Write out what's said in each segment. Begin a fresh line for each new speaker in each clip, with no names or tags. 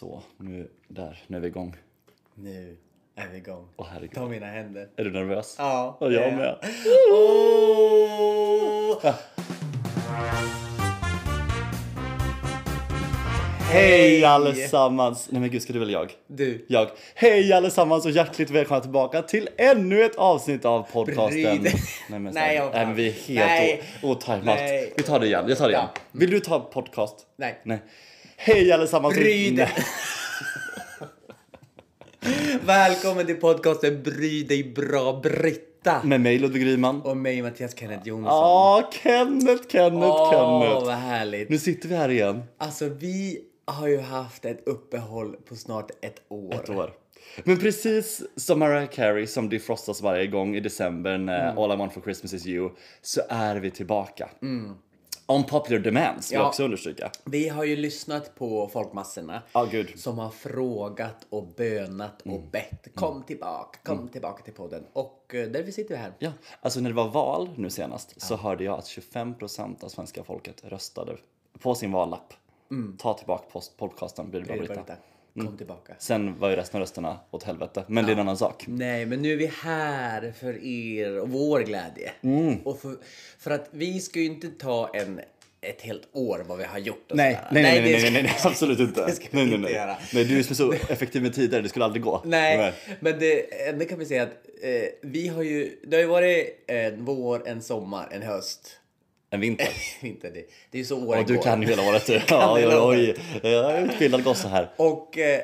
Så, nu, där, nu är vi igång.
Nu är vi igång.
Åh herregud.
Ta mina händer.
Är du nervös?
Ja. eh,
Och jag med.
Åh!
Hej allesammans! Nej men gud, ska du eller jag?
Du,
Jag. Hej allesammans och hjärtligt välkomna tillbaka till ännu ett avsnitt av podcasten.
Bry dig.
Nej men,
Nej,
snälla.
jag-
Nej, men vi är helt
Nej.
o- otajmat.
Nej.
Vi tar det igen, jag tar det igen.
Ja. Mm.
Vill du ta podcast?
nej.
Nej. Hej allesammans! och-
Bry dig.
Nej.
Välkommen till podcasten Bry dig bra Britta.
Med mig Ludvig Ryman.
Och mig Mattias Kenneth Jonsson.
Ja, Kenneth, Kenneth, Kenneth.
vad härligt.
Nu sitter vi här igen.
Alltså vi har ju haft ett uppehåll på snart ett år.
Ett år. Men precis som Mariah Carey som defrostas varje gång i december när All I Want For Christmas Is You så är vi tillbaka. On popular demands vill jag
Ja.
också understryka.
Vi har ju lyssnat på folkmassorna.
Ja, gud. Mm.
Som har frågat och bönat och bett. Kom tillbaka, kom tillbaka till podden. Och eh, där vi sitter här.
Ja, alltså när det var val nu senast så hörde jag att 25% av svenska folket röstade på sin vallapp. Ta tillbaka post- podcasten, blir Mm. det Mm. bara
Britta.
Britta.
Kom tillbaka.
Sen var ju resten av rösterna åt helvete, men det är en annan sak.
Nej, men nu är vi här för er och vår glädje.
Mm.
Och för, för att vi ska ju inte ta en, ett helt år vad vi har gjort och
Nej,
sådär.
nej, nej,
det
nej, nej,
ska-
nej, nej, absolut inte.
det ska vi
nej, nej,
inte
nej.
göra.
nej, du är som så effektiv med tider, det skulle aldrig gå.
Nej, men det, ändå kan vi säga att eh, vi har ju, det har ju varit en vår, en sommar, en höst.
En vinter.
inte det. Det är ju så åren
Och du
går.
kan ju hela året. Ja,
hela
ja, oj, jag är utbildad gosse här.
Och eh,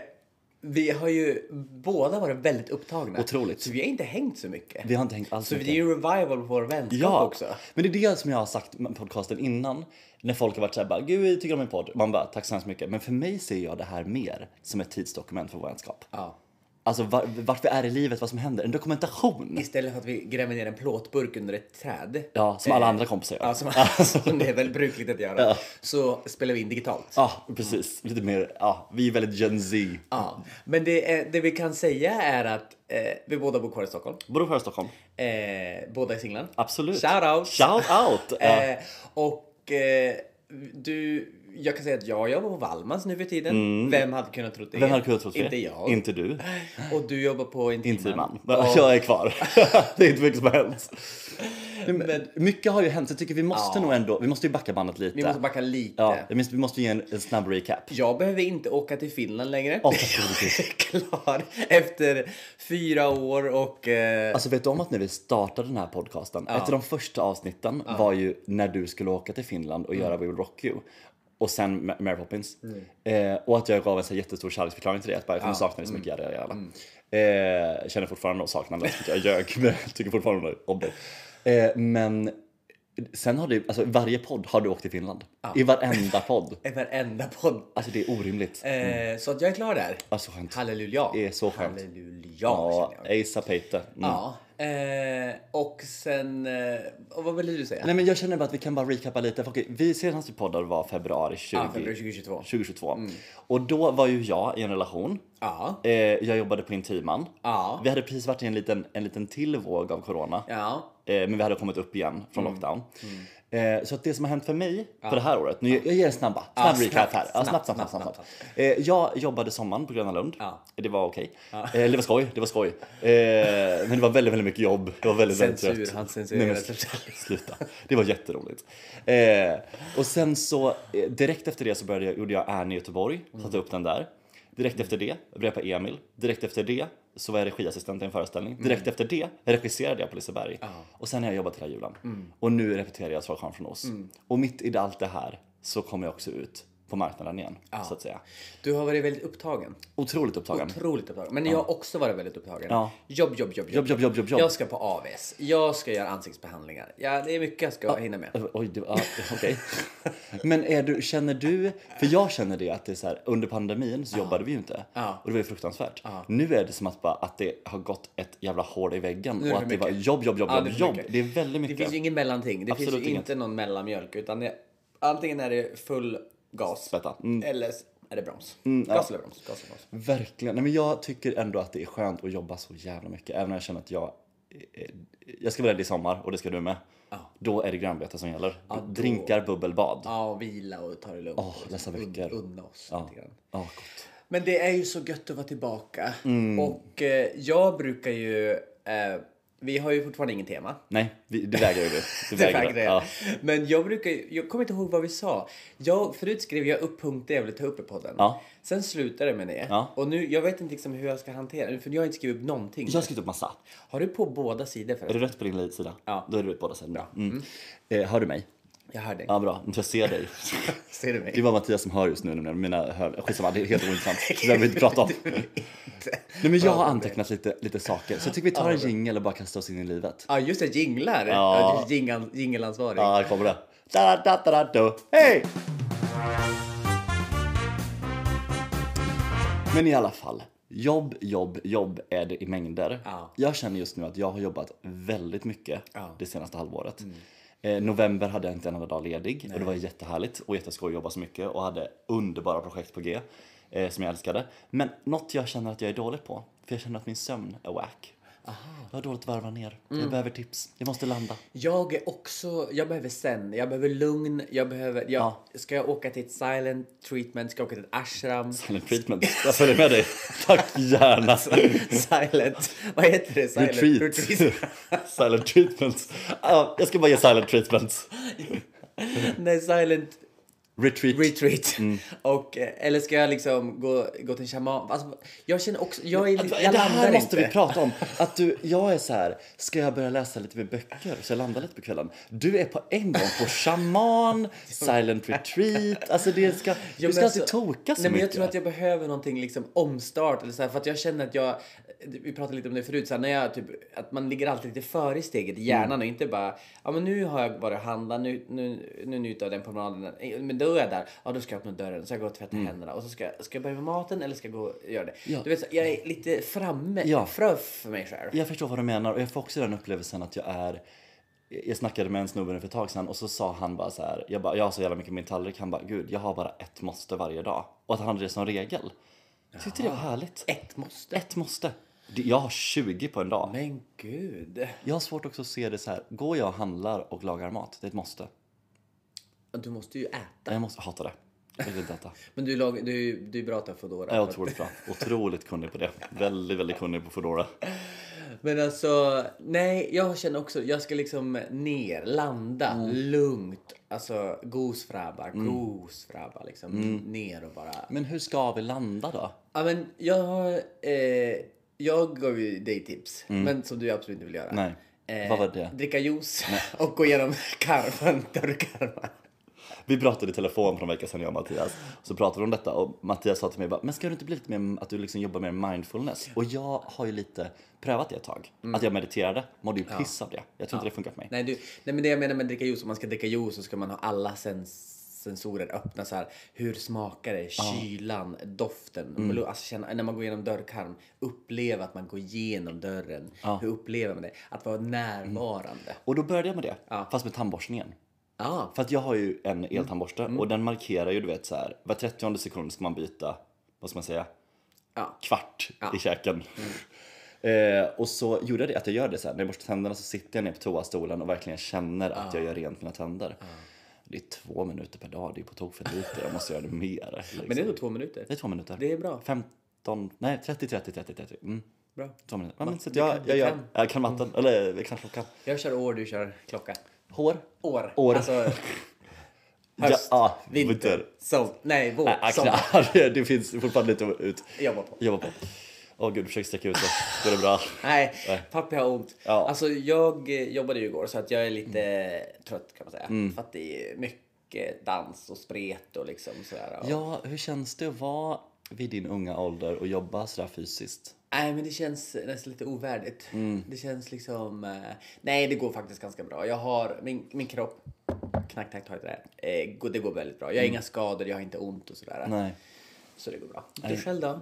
vi har ju båda varit väldigt upptagna.
Otroligt.
Så vi har inte hängt så mycket.
Vi har inte hängt alls
Så det
mycket.
är ju en revival på vår vänskap
Ja,
också.
men det är det som jag har sagt med podcasten innan. När folk har varit såhär bara, gud jag tycker om min podd. Man bara, tack så hemskt mycket. Men för mig ser jag det här mer som ett tidsdokument för vår vänskap.
Ja.
Alltså var, vart vi är i livet, vad som händer. En dokumentation.
Istället för att vi gräver ner en plåtburk under ett träd. Eh,
Ja, som alla andra kompisar gör.
Ja, som, som det är väl brukligt att göra. Så spelar vi in digitalt.
Ja, precis. Lite mer, ja, vi är väldigt Gen Z.
Ja. Men det, är- det vi kan säga är att eh, vi båda bor kvar i Stockholm.
Borde vara i Stockholm.
Eh, båda i Singland.
Absolut.
Shoutout!
Shout out! Ja.
Eh, och eh, du, jag kan säga att jag jobbar på Wallmans nu för tiden. Vem hade kunnat tro det?
Mm. Vem hade kunnat tro det?
Inte jag.
Inte du.
Och du jobbar på
Inte
Intiman.
man. Jag är kvar. det är inte mycket som har hänt.
Men
Mycket har ju hänt, så jag tycker vi måste nog ändå, vi måste ju backa bandet lite.
vi måste backa lite.
Ja, jag minns, vi måste ge en, en snabb recap.
Jag behöver inte åka till Finland längre.
Ja, tack.
Jag är klar efter fyra år och... Eh,
Alltså vet du om att när vi startade den här podcasten, ett av de första avsnitten var ju när du skulle åka till Finland
Mm.
och göra We Will Rock You. Och sen Ma- Mary Poppins.
Mm.
Eh, och att jag gav en så här jättestor kärleksförklaring till det. Att bara, jag kommer sakna dig så mycket, jävla, jävla.
Mm.
Eh, känner fortfarande och saknande. att Jag ljög, men jag tycker fortfarande om dig. Eh, men sen har du, alltså i varje podd har du åkt till Finland. I varenda podd.
i varenda podd.
Alltså det är orimligt.
Eh, Så att jag är klar där.
Alltså skönt.
Halleluja.
Mm. Det är så skönt.
Halleluja,
Ja,
känner jag.
Asa Peter. Mm.
Ja. Eh, och sen... Eh, och vad ville du säga?
Nej men jag känner bara att vi kan bara recappa lite. För okej, vi senaste podden var februari 20,
Ja, februari Mm. 2022.
2022. Och då var ju jag i en relation.
Ja.
Eh, jag jobbade på Intiman.
Ja.
Vi hade precis varit i en liten, en liten till våg av corona.
Ja. Mm.
Eh, men vi hade kommit upp igen från lockdown. Eh, så att det som har hänt för mig för det här året. Nu, jag ger en snabba, snabb
Ja,
recap här. Ja, snabbt,
snabbt,
snabbt, snabbt,
snabbt,
snabbt, Eh, jag jobbade sommaren på Gröna Lund.
Ja.
Det var okej. Eh, det var skoj, det var skoj. Eh, men det var väldigt, väldigt mycket jobb. Jag var väldigt, väldigt
Censur,
trött.
han censurerade
Nej, men
sig
sluta,
själv.
sluta. Det var jätteroligt. Eh, och sen så eh, direkt efter det så började jag, gjorde jag Annie i Göteborg.
Mm.
Satte upp den där. Direkt efter det repade jag Emil. Direkt efter det så var jag regiassistent i en föreställning.
Mm.
Direkt efter det regisserade jag på Liseberg. Och sen har jag jobbat hela julen.
Mm.
Och nu repeterar jag Svartsjön från oss. Och mitt i allt det här så kommer jag också ut på marknaden igen. Så att säga.
Du har varit väldigt upptagen.
Otroligt upptagen.
Otroligt upptagen. Men jag har också varit väldigt upptagen.
Ja.
Jobb, jobb, jobb,
Jobb, jobb, jobb, jobb, jobb.
Jag ska på AVS. Jag ska göra ansiktsbehandlingar. Ja, det är mycket jag ska hinna med.
Ö, Oj, det var, ja, okej. Men är du, känner du, för jag känner det att det är så här, under pandemin så jobbade vi ju inte.
Ja.
Och det var ju fruktansvärt. Nu är det som att, bara, att det har gått ett jävla hål i väggen
är det
och att
för
det var
mycket.
jobb, jobb, jobb, jobb,
Ja, det är för
jobb.
mycket.
Det är väldigt
Det
mycket.
finns ju ingen mellanting. Det
Absolut
finns ju
inget.
inte någon mellanmjölk. Utan det, antingen är det full gas
Vänta. Mm,
eller s- är det broms. gas eller broms. Gas eller broms.
verkligen. Nej, men jag tycker ändå att det är skönt att jobba så jävla mycket. Även om jag känner att jag, eh, jag ska vara ledig i sommar och det ska du med. Då är det grönbete som gäller. Drinkar, bubbelbad.
Ja, och vila och ta det lugnt.
Åh, dessa veckor.
Un, unna oss lite grann.
Ja, gott.
Men det är ju så gött att vara tillbaka.
Mm.
Och eh, jag brukar ju... Eh, vi har ju fortfarande ingen tema.
Nej, vi, det vägrar ju du. Du
Det
vägrar.
vägrar jag.
Ja.
Men jag brukar ju- Jag kommer inte ihåg vad vi sa. Jag, förut skrev jag upp punkter jag ville ta upp i podden.
Ja.
Sen slutade det med det.
Ja.
Och nu, jag vet inte liksom hur jag ska hantera det. För jag har inte skrivit upp någonting.
Jag har skrivit upp massa.
Har du på båda sidor
Är
förresten?
du rätt på din sida?
Ja.
Då är du rätt på båda sidorna. Mm. Eh, hör du mig?
Jag hör dig.
Ja, bra. Jag ser dig.
Ser du mig?
Det var Mattias som hör just nu nämligen. Mina hör... Skitsamma, det är helt ointressant. Det behöver vi inte prata om. Nej, men jag har antecknat lite, lite saker. Så jag tycker vi tar en jingel och bara kastar oss in i livet.
Ja, just det. Jinglar.
Ja.
Ja. du är jingal- Jingelansvarig.
Ja, här kommer det. Da, da, da, da, da. Hej! Men i alla fall. Jobb, jobb, jobb är det i mängder.
Ja.
Jag känner just nu att jag har jobbat väldigt mycket
Ja. Mm.
det senaste halvåret. Eh, november hade jag inte en enda dag ledig och det var jättehärligt och jätteskoj att jobba så mycket och hade underbara projekt på G eh, som jag älskade. Men något jag känner att jag är dålig på, för jag känner att min sömn är wack. Jag har dåligt varva ner.
Mm.
Jag behöver tips. Jag måste landa.
Jag är också, jag behöver zen, jag behöver lugn, jag behöver, jag, ska jag åka till ett silent treatment, ska jag åka till ett ashram?
Silent treatment. Jag följer med dig. Tack gärna.
silent, vad heter det? Silent
Retreat. Silent treatment. Ja, jag ska bara ge silent treatment.
Nej, silent
Retreat.
retreat.
Mm.
Och, eh, eller ska jag liksom gå, gå till en shaman? Alltså, jag känner också, jag, är, lite- jag
det här
landar
måste
inte.
vi prata om. Att du, jag är så här, ska jag börja läsa lite mer böcker så jag landar lite på kvällen? Du är på en gång på shaman, silent retreat. Alltså det ska,
Ja,
du ska
men
alltid
alltså-
toka så
Nej, men jag
mycket.
tror att jag behöver någonting liksom omstart eller så här, för att jag känner att jag vi pratade lite om det förut så här, när jag typ att man ligger alltid lite före i steget i
Mm.
hjärnan och inte bara ja men nu har jag varit och handlat nu nu nu njuter jag av den promenaden Eh, men då är jag där ja då ska jag öppna dörren så ska jag gå och tvätta händerna och så ska jag ska jag börja med maten eller ska jag gå och göra det.
Mm. Ja.
Du vet så, jag är lite framme
Ja.
frö för mig själv.
Jag förstår vad du menar och jag får också den upplevelsen att jag är jag snackade med en snubbe nu för ett tag sedan och så sa han bara så här. Jag, bara, jag har så jävla mycket på min tallrik. Han bara, gud jag har bara ett måste varje dag. Och att han hade det som regel. Jag tyckte det var härligt.
Ett måste.
Ett måste. Det- Jag har 20 på en dag.
Men gud.
Jag har svårt också att se det så här. Går jag och handlar och lagar mat, det är ett måste.
Du måste ju äta.
Jag måste hata det. Jag vill inte äta.
Men du, lag, du, du är bra att ta Foodora.
Jag är otroligt bra. Otroligt kunnig på det. Väldigt, väldigt kunnig på Foodora.
Men alltså, nej, jag känner också, jag ska liksom ner, landa, lugnt. Alltså, gosfrabba,
Mm.
gosfrabba liksom. Ner och bara.
Men hur ska vi landa då?
Ja men jag har, eh, jag gav ju dig tips. Men som du absolut inte vill göra.
Mm.
Eh,
Nej. Vad var det?
Dricka juice och gå igenom karvan, dörrkarvan.
Vi pratade i telefon för en vecka sedan jag och Mattias. Så pratade vi om detta och Mattias sa till mig bara, men ska du inte bli lite mer att du liksom jobbar mer mindfulness? Och jag har ju lite prövat det ett tag. Att jag mediterade, mådde ju piss av det. Jag tror inte det funkar för mig.
Nej, du, nej men det jag menar med dricka juice, om man ska dricka juice så ska man ha alla sens sensorer öppna så här. Hur smakar det? Kylan, doften. Mm. Alltså känna, när man går igenom dörrkarm, uppleva att man går igenom dörren. Hur upplever man det? Att vara närvarande.
Och då började jag med det, fast med tandborstningen.
Ja, ah,
För att jag har ju en eltandborste och den markerar ju du vet så här, var 30 sekund ska man byta, vad ska man säga,
Ja. Mm.
kvart i käken. eh, och så gjorde jag det, att jag gör det så här, när jag borstar tänderna så sitter jag ner på toastolen och verkligen känner att jag gör rent mina tänder. Det är två minuter per dag, det är på tok för lite, jag måste göra det mer. Liksom.
men det är nog två minuter.
det är två minuter.
Det är bra.
15, nej 30, 30, 30, 30. Mm.
bra.
Två minuter. Ja, men, så att jag, jag, jag,
kan.
jag kan matten, eller jag kan klockan.
Jag kör år, du kör klocka.
Hår?
År.
År.
Alltså, höst,
ja,
vinter,
vinter.
sol, nej, vår,
Nej,
sommar.
knar. Det finns fortfarande lite ut.
Jobba på.
Jobba på. Åh gud, försök sträcka ut dig. Går det bra?
Nej, pappi har ont.
Ja.
Alltså jag eh, jobbade ju igår så att jag är lite trött kan man säga.
Mm.
För att det är mycket dans och spret och liksom sådär. Och...
Ja, hur känns det att vara vid din unga ålder och jobba sådär fysiskt?
Nej men det känns nästan lite ovärdigt.
Mm.
Det känns liksom... eh, Nej det går faktiskt ganska bra. Jag har min, min kropp, knack knack ta i trä. Eh, går- Det går väldigt bra. Jag har inga skador, jag har inte ont och sådär.
Mm. Nej.
Så det går bra. Du själv då?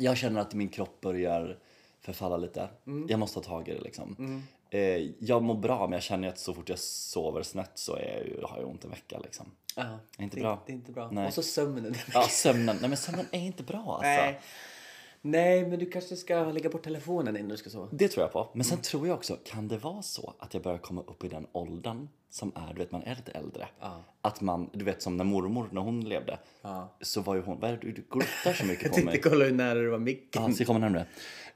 Jag känner att min kropp börjar förfalla lite. Jag måste ta tag i det liksom. Eh, jag mår bra men jag känner att så fort jag sover snett så är jag ju, har jag ont en vecka liksom.
Ja.
Inte
det,
bra.
Det är inte bra.
Nej.
Och så sömnen.
Ja, sömnen. Nej men sömnen är inte bra alltså.
Nej. Nej, men du kanske ska lägga bort telefonen innan du ska sova.
Det tror jag på. Men sen tror jag också, kan det vara så att jag börjar komma upp i den åldern som är, du vet man är lite äldre. Att man, du vet som när mormor, när hon levde, så var ju hon, vad är det du, du gluttar så mycket på
Titta,
mig?
kolla hur nära du var micken.
Ja, så jag kommer närmare.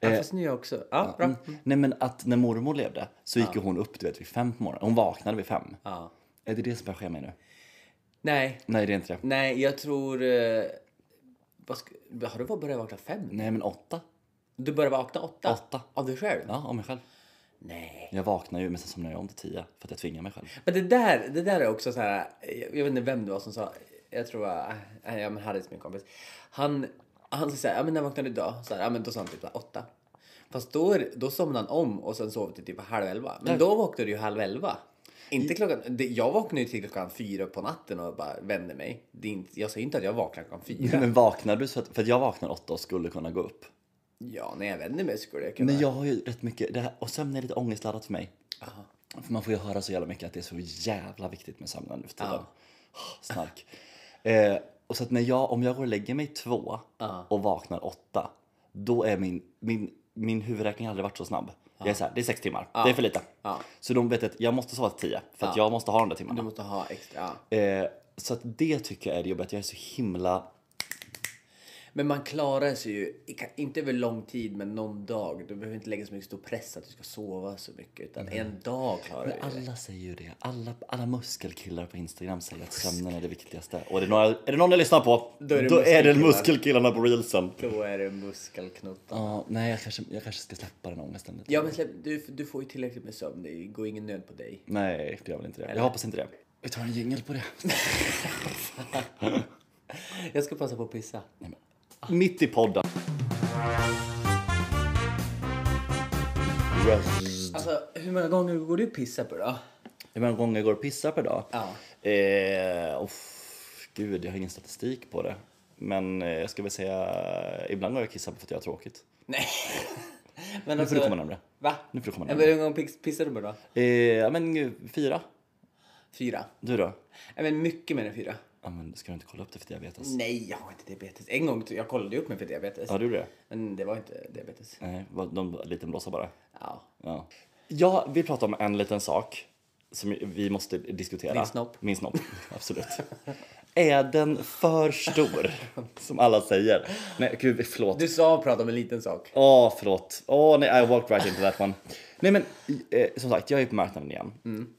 Eh,
Ja, fast nu är jag också. Eh, Ja, bra.
Mm. Nej men att när mormor levde så gick ju hon upp du vet vid fem på morgonen. Hon vaknade vid fem.
Ja.
Är det det som börjar ske mig nu?
Nej,
Nej det är inte det.
nej, jag tror... Eh, vad ska, har du börjat vakna fem?
Nej men åtta.
Du började vakna åtta?
Åtta.
Av dig själv?
Ja, om mig själv.
Nej.
Jag vaknar ju men sen somnar jag om till tio för att jag tvingar mig själv.
Men det där, det där är också så här... Jag vet inte vem det var som sa... Jag tror att... Ja, men Harris, min kompis. Han, han sa så här, ja men när vaknade du idag? Så här, ja men då sa han typ så här, åtta. Fast då, är- då somnade han om och sen sov till typ halv elva. Men då vaknade du ju halv elva. Inte klockan, det, jag vaknade ju till klockan fyra på natten och bara vände mig. Det är inte, jag säger inte att jag vaknade klockan fyra.
Men vaknar du så att, för att jag vaknar åtta och skulle kunna gå upp.
Ja, när jag vänder mig skulle jag kunna...
Men jag har ju rätt mycket, det här, och sömn är lite ångestladdat för mig. För man får ju höra så jävla mycket att det är så jävla viktigt med sömnen nu för tiden. Åh, Snark. eh, och så att när jag, om jag går och lägger mig två och vaknar åtta, då är min, min, min huvudräkning har aldrig varit så snabb. Jag är så här, det är sex timmar, det är för lite. Så de vet att jag måste sova till tio, för att jag måste ha de där timmarna.
Du måste ha extra... Ja.
Eh, så att det tycker jag är det jobbiga, att jag är så himla...
Men man klarar sig ju, i- ka- inte över lång tid, men någon dag. Du behöver inte lägga så mycket stor press att du ska sova så mycket. Utan en dag klarar du ju det.
Alla säger ju det. Alla, alla muskelkillar på Instagram säger att sömnen är det viktigaste. Och är det, några, är det någon jag lyssnar på, då är
är
det,
det
muskelkillarna på reelsen.
Då är det muskelknuttar.
Ja, nej, jag kanske, jag kanske ska släppa den ångesten lite.
Ja, men släpp, du, du får ju tillräckligt med sömn. Det går ingen nöd på dig.
Nej, det gör väl inte det. Jag hoppas inte det. Vi tar en jingel på det.
Jag ska passa på att pissa.
Mitt i podden. Röst.
Alltså, hur många gånger går du och pissar på då?
Hur många gånger jag går och pissar per dag?
Ja.
Eh, off, gud, jag har ingen statistik på det. Men eh, jag ska väl säga, ibland går jag och kissar för att jag har tråkigt.
Nej. Men alltså,
Nu får du komma närmre.
Va?
Nu får du komma
Ja,
närmare.
men Hur många gånger piss- pissar du på då?
Eh, ja men eh, fyra.
Fyra.
Du då?
Ja, men mycket mer än fyra.
Ja men ska du inte kolla upp det för diabetes?
Nej, jag har inte diabetes. En gång jag kollade ju upp mig för diabetes.
alltså? Ja du det?
Men det var inte diabetes.
Nej, vad- de liten blåsa bara.
Ja.
Ja. Jag vill prata om en liten sak som vi måste diskutera.
Din snopp.
Min snopp, absolut. Är den för stor? Som alla säger. Nej gud, förlåt.
Du sa prata om en liten sak.
Åh, förlåt. Åh, nej, I walked right into that one. Nej, men eh, som sagt, jag är på marknaden igen.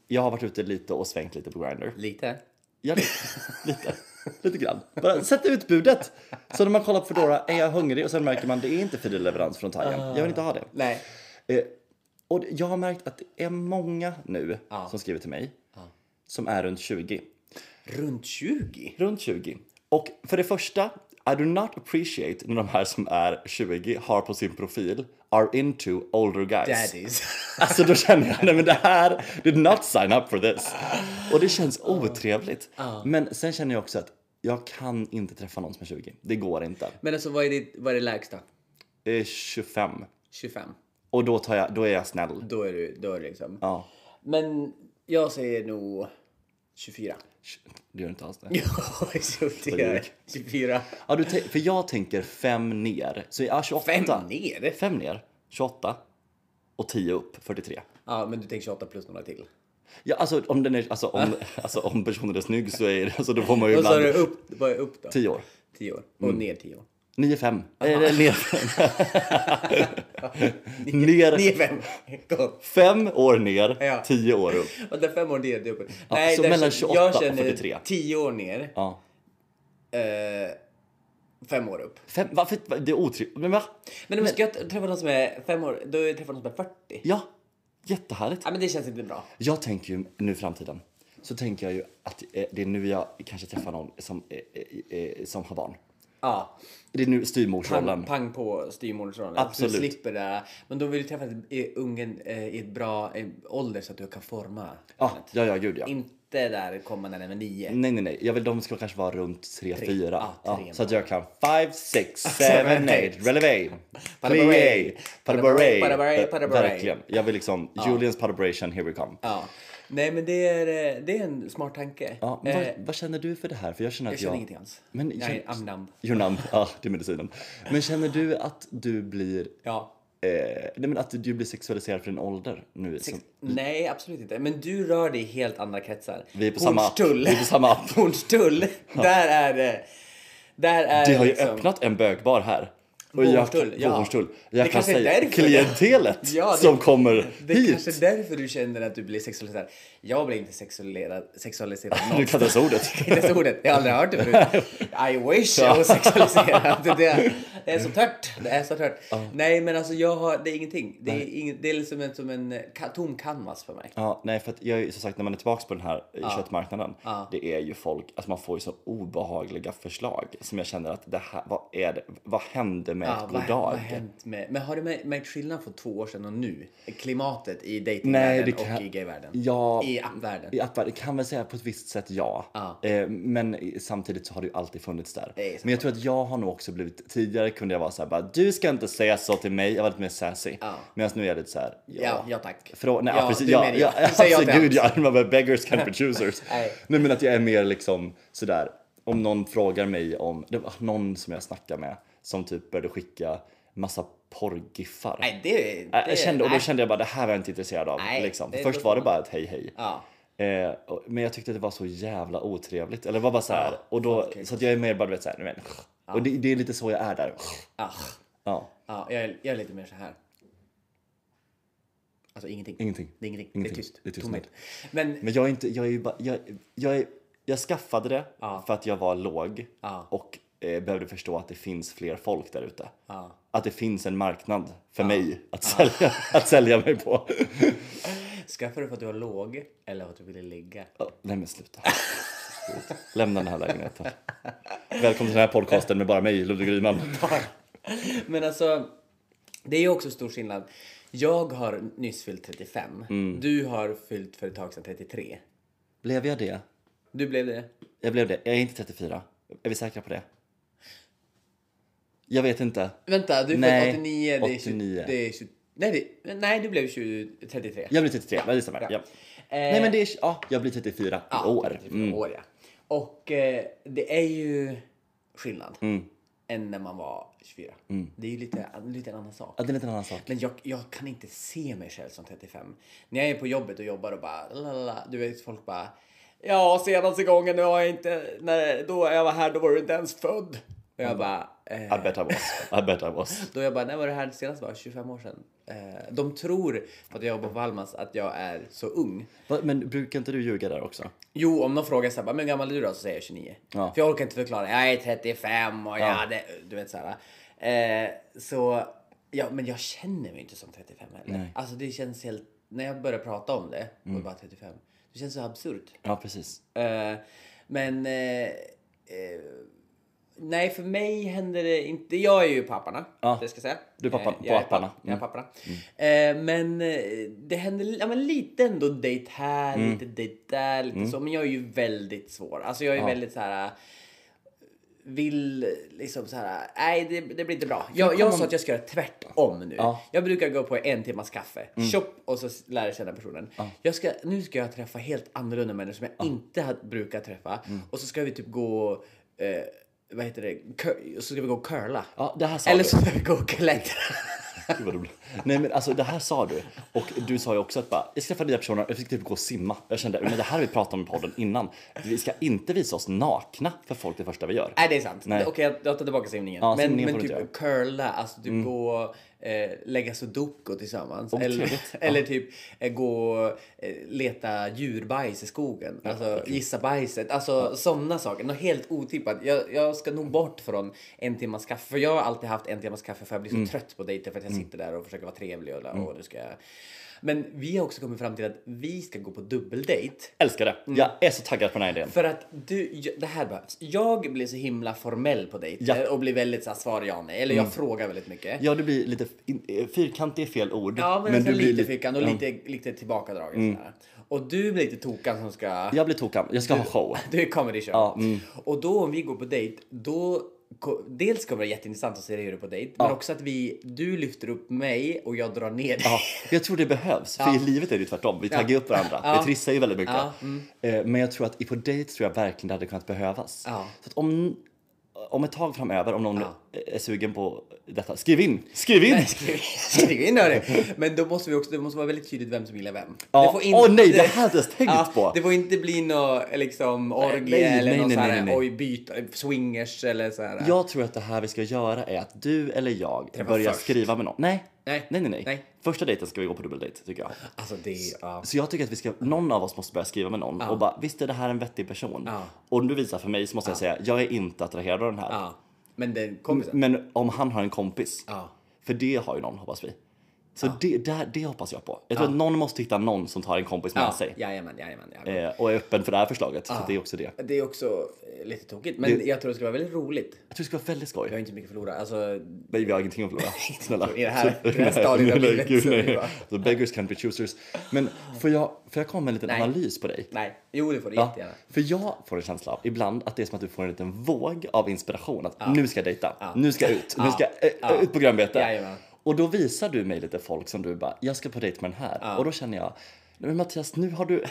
Jag har varit ute lite och svängt lite på Grindr.
Lite?
Ja, lite. lite. Lite grann. Bara sätt utbudet. Så när man kollar på Foodora, är jag hungrig? Och sen märker man, det är inte fri leverans från Thailand. Jag vill inte ha det.
Nej.
Eh, och jag har märkt att det är många nu som skriver till mig som är runt 20.
Runt 20?
Runt 20. Och för det första, I do not appreciate när de här som är 20 har på sin profil are into older guys.
Daddies.
Alltså då känner jag, nej men det här did not sign up for this. Och det känns otrevligt. Men sen känner jag också att jag kan inte träffa någon som är 20. Det går inte.
Men alltså vad är, ditt, vad är det lägsta?
Det är 25.
25?
Och då, tar jag, då är jag snäll.
Då är du, då är du liksom.
Ja.
Men jag säger nog 24.
Det gör inte alls det.
Ja, så det är 24.
Ja, du, tän- för jag tänker fem ner. Så ja, 28.
Fem ner?
Fem ner, 28. Och 10 upp, 43.
Ja, men du tänker 28 plus några till.
Ja, alltså om, den är, alltså, om, alltså, om personen är snygg så är det, alltså, då får man ju
Vad sa
ibland Mm.
du upp? Vad är upp då?
10 år.
10 år. Och ner 10 år.
9-5. Eller ner. ner.
Ner 5. Gott.
Fem år ner,
Ja.
10 år upp.
Och där fem år ner, det är uppe. Nej,
så
där-
mellan 28
jag
och
känner
43.
10 år ner,
Ja.
fem år upp.
Fem, varför, va- det är otrevligt. Men va?
Men om jag ska träffa någon som är fem år, då träffar jag någon som är 40.
Ja, jättehärligt.
Ja, men det känns inte bra.
Jag tänker ju nu i framtiden. Så tänker jag ju att eh, det är nu jag kanske träffar någon som, eh, eh, eh, som har barn.
Ja,
Det är nu
pang,
styrmorsrollen.
pang på styvmorsrollen.
Absolut.
Du slipper det där. Men då vill du träffa i- ungen eh, i ett bra eh, ålder så att du kan forma.
Ja, ja, ja, gud ja.
Inte där komma när den är nio.
Nej, nej, nej. Jag vill, de ska kanske vara runt 3, 4.
Ja, tre.
så att jag kan 5, 6, 7, 8, relevay,
Padabaray.
plie, padabaray.
Padabaray, padabaray.
Verkligen. Jag vill liksom, Julians padaberation, here we come.
Ja. Nej, men det är, eh, det är en smart tanke.
Ja, men
Eh,
vad, vad känner du för det här? För jag känner att jag...
jag känner ingenting alls.
Men
jag
känn-
är amnamd.
Your numb. Ja, det är medicinen. Men känner du att du blir...
Ja.
Eh, nej, men att du blir sexualiserad för din ålder nu? som-
Nej, absolut inte. Men du rör dig i helt andra kretsar.
Vi är på samma app.
Hornstull.
Vi är på samma app.
Hornstull. Där är det... Där är
Det har ju
liksom-
öppnat en bögbar här. Och
Hornstull,
jag,
ja.
på Hornstull.
Det
Jag kan
kanske är
säga
därför det-
klientelet
Ja, det-
som kommer
Det är
hit.
kanske därför du känner att du blir sexualiserad. Jag blir inte sexualiserad. sexualiserad
Du kan inte ens ordet.
Det är så ordet. Jag har aldrig hört det förut. I wish jag var sexualiserad. Det är, det är så tört. Det är så tört. Nej, men alltså jag har, det är ingenting. Det är, ing, det är liksom en, som en eh, ka- tom canvas för mig.
Ja, nej för att jag är som sagt när man är tillbaks på den här ja. köttmarknaden. Det är ju folk, alltså man får ju så obehagliga förslag som jag känner att det här, vad är det, vad hände med
Ja,
ett
vad,
goddag?
vad har hänt med... Men har du mär- märkt skillnad från två år sedan och nu? Klimatet i
Nej,
dejtingvärlden
det kan-
och i gayvärlden?
Ja.
I appvärlden?
I appvärlden kan väl säga på ett visst sätt ja.
Ja.
Eh, men i- samtidigt så har det ju alltid funnits där.
Det är så
Men jag tror att jag har nog också blivit, tidigare kunde jag vara såhär bara du ska inte säga så till mig, jag var lite mer sassy.
Ja.
Medan nu är jag lite såhär, ja.
Ja, ja tack.
Frå- nej, ja, precis,
du
ja,
menar
ja,
Du säger
alltså,
till
gud
allt.
ja, man bara, beggars can't be choosers.
Nej.
nej men att jag är mer liksom sådär, om någon frågar mig om, det var någon som jag snackade med som typ började skicka massa porrgiffar. Äh,
Nej, det... det
Jag kände, och då
nej.
kände jag bara det här var jag inte intresserad av.
Nej,
liksom.
det-
Först
då får
var det
man-
bara ett hej hej.
Ja.
Eh, och- men jag tyckte att det var så jävla otrevligt. Eller det var bara så här. och då, så att jag är mer bara du vet såhär, men, och det, det är lite så jag är där.
Ah.
Ja,
Ja, jag är, jag är lite mer så här. Alltså ingenting.
ingenting.
Det är ingenting. Det
Ingenting.
är tyst.
Det är tyst.
Tomhet. Men
Men jag är inte, jag är ju bara, jag, jag, är, jag skaffade det
Ja.
för att jag var låg
Ja.
och eh, behövde förstå att det finns fler folk där ute.
Ja.
Att det finns en marknad för mig att sälja, att sälja mig på.
skaffade du för att du var låg eller för att du ville ligga?
Ja, Nej men sluta. Sluta. Lämna den här lägenheten. Välkommen till den här podcasten med bara mig, Ludvig Ryman.
Men alltså, det är ju också stor skillnad. Jag har nyss fyllt 35.
Mm.
Du har fyllt för ett tag sedan 33.
Blev jag det?
Du blev det?
Jag blev det. Jag är inte 34. Är vi säkra på det? Jag vet inte.
Vänta, du är
Nej,
född 89. Det
89.
är 20, det är 20, nej, det, nej, du blev 20, 33.
Jag blir 33, men det stämmer. Ja. Nej men det är... Ja, jag blir 34 i år.
Mm. år ja. Och eh, det är ju skillnad än när man var 24. Det är ju lite, lite en annan sak.
Ja, det är en liten annan sak.
Men jag, jag kan inte se mig själv som 35. När jag är på jobbet och jobbar och bara lalala, du vet folk bara Ja, senaste gången var jag inte, när, då jag var här då var du inte ens född. Och jag bara, eh,
I bet I was. I bet I was.
då jag bara, när var det här senast var? 25 år sedan. Eh, de tror, för att jag jobbar på Valmas, att jag är så ung.
Va, Men brukar inte du ljuga där också?
Jo, om någon frågar så här, "Men hur gammal är du då? Så säger jag 29.
Ja.
För jag orkar inte förklara. Jag är 35 och jag hade... Du vet så här. Eh, så... Ja, men jag känner mig inte som 35 heller. Alltså det känns helt... När jag börjar prata om det och bara 35. Det känns så absurt.
Ja, precis.
Eh, men... Eh, eh, nej, för mig händer det inte. Jag är ju på apparna,
Ja.
det ska jag säga.
Du är pappan
Eh,
på
jag är
apparna.
papp- Jag är papparna.
Mm.
Eh, men eh, det händer ja, men lite ändå dejt här,
Mm.
lite dejt där, lite så. Men jag är ju väldigt svår. Alltså jag är väldigt så här vill liksom så här. nej det, det blir inte bra. Jag, jag sa att jag ska göra tvärtom nu.
Ja.
Jag brukar gå på en timmas kaffe,
Mm.
chop och så s- lära känna personen. Jag ska, nu ska jag träffa helt annorlunda människor som jag inte har, brukar träffa
Mm.
och så ska vi typ gå, eh, vad heter det, Cur- och så ska vi gå och curla.
Ja, det här sa
Eller
du.
så ska vi gå och klättra.
Gud vad roligt. Nej men alltså det här sa du. Och du sa ju också att bara, jag skaffade nya personer, jag fick typ gå och simma. Jag kände, men det här har vi pratat om i podden innan. Vi ska inte visa oss nakna för folk det första vi gör.
Nej, det är sant.
Nej.
Okej, jag, jag tar tillbaka simningen.
Ja,
men
simningen får
men
du
typ
inte Mm.
curla, alltså typ gå, eh, lägga sudoku tillsammans.
Åh,
eller,
trevligt.
eller typ eh, gå, eh, leta djurbajs i skogen. Alltså gissa bajset. Alltså sådana saker. Något helt otippat. Jag, jag ska nog bort från en timmas kaffe. För jag har alltid haft en timmas kaffe för jag blir
Mm.
så trött på dejter för att jag sitter där och försöker vara trevlig och, där, och nu ska jag... Men vi har också kommit fram till att vi ska gå på dubbeldejt.
Älskar det. Jag är så taggad på den här idén.
För att du, jag- det här behövs. Jag blir så himla formell på dejter
Ja. Mm.
och blir väldigt så här, svar ja nej. Eller jag frågar väldigt mycket.
Ja, du blir lite in- eh, fyrkantig är fel ord.
Ja, men, så
du
lite
li-
fickan och lite, lite tillbakadragen.
Mm.
så här. Och du blir lite tokan som ska...
Jag blir tokam. Jag ska ha show.
Du är comedy show.
Ja, mm.
Och då om vi går på dejt, då ko- dels kommer det vara jätteintressant att se dig göra det på dejt, men också att vi, du lyfter upp mig och jag drar ner dig.
Ja, jag tror det behövs. För i livet är det ju tvärtom. Vi taggar ju upp varandra. Vi trissar ju väldigt mycket.
Ja, mm.
Eh, Men jag tror att i på dejt tror jag verkligen det hade kunnat behövas.
Ja.
Så att om, om ett tag framöver, om någon är sugen på detta, skriv in! Skriv in!
Skriv- Skriv in hörni! Men då måste vi också, det måste vara väldigt tydligt vem som gillar vem.
Ja. Åh nej, det här hade jag tänkt
Ja,
på!
Det får inte bli någon liksom orgie
nej,
eller
nej,
någon
nej,
så här,
nej, nej.
oj byt, swingers eller så här.
Jag tror att det här vi ska göra är att du eller jag
Träffa
börjar
först.
skriva med någon. Nej.
Nej.
Nej, nej, nej.
Nej.
Första dejten ska vi gå på dubbeldejt tycker jag.
Alltså det, ja.
Så jag tycker att vi ska, någon av oss måste börja skriva med någon och bara visst är det här en vettig person?
Ja.
Och om du visar för mig så måste jag säga jag är inte attraherad av den här.
ja. Men den kompisen.
Men om han har en kompis,
Ja.
för det har ju någon hoppas vi. Så det, där, det hoppas jag på. Jag tror att någon måste hitta någon som tar en kompis med
Ja,
sig
jajamän, jajamän, jajamän.
eh, och är öppen för det här förslaget. Så det är också det. Jag
Det är också eh, lite tokigt, men jag tror det skulle vara väldigt roligt.
tror det skulle vara väldigt
Vi har
skoj.
inte så mycket att förlora. Alltså,
Nej, vi har ingenting att förlora. Snälla.
I det här- i det här stadiet av
Nej,
livet
gud,
så är det
nej.
bara-
Så beggars can't be choosers. Men får jag, får jag komma med en liten
Nej.
analys på dig?
nej. Jo, det får du
Ja,
jättegärna.
för jag får en känsla av ibland att det är som att du får en liten våg av inspiration. Att nu ska jag dejta, nu ska jag ut, nu ska jag eh,
Ja.
ut på grönbete.
Jajamän.
Och då visar du mig lite folk som du bara, jag ska på dejt med den här. Och då känner jag, nej men Mattias nu har du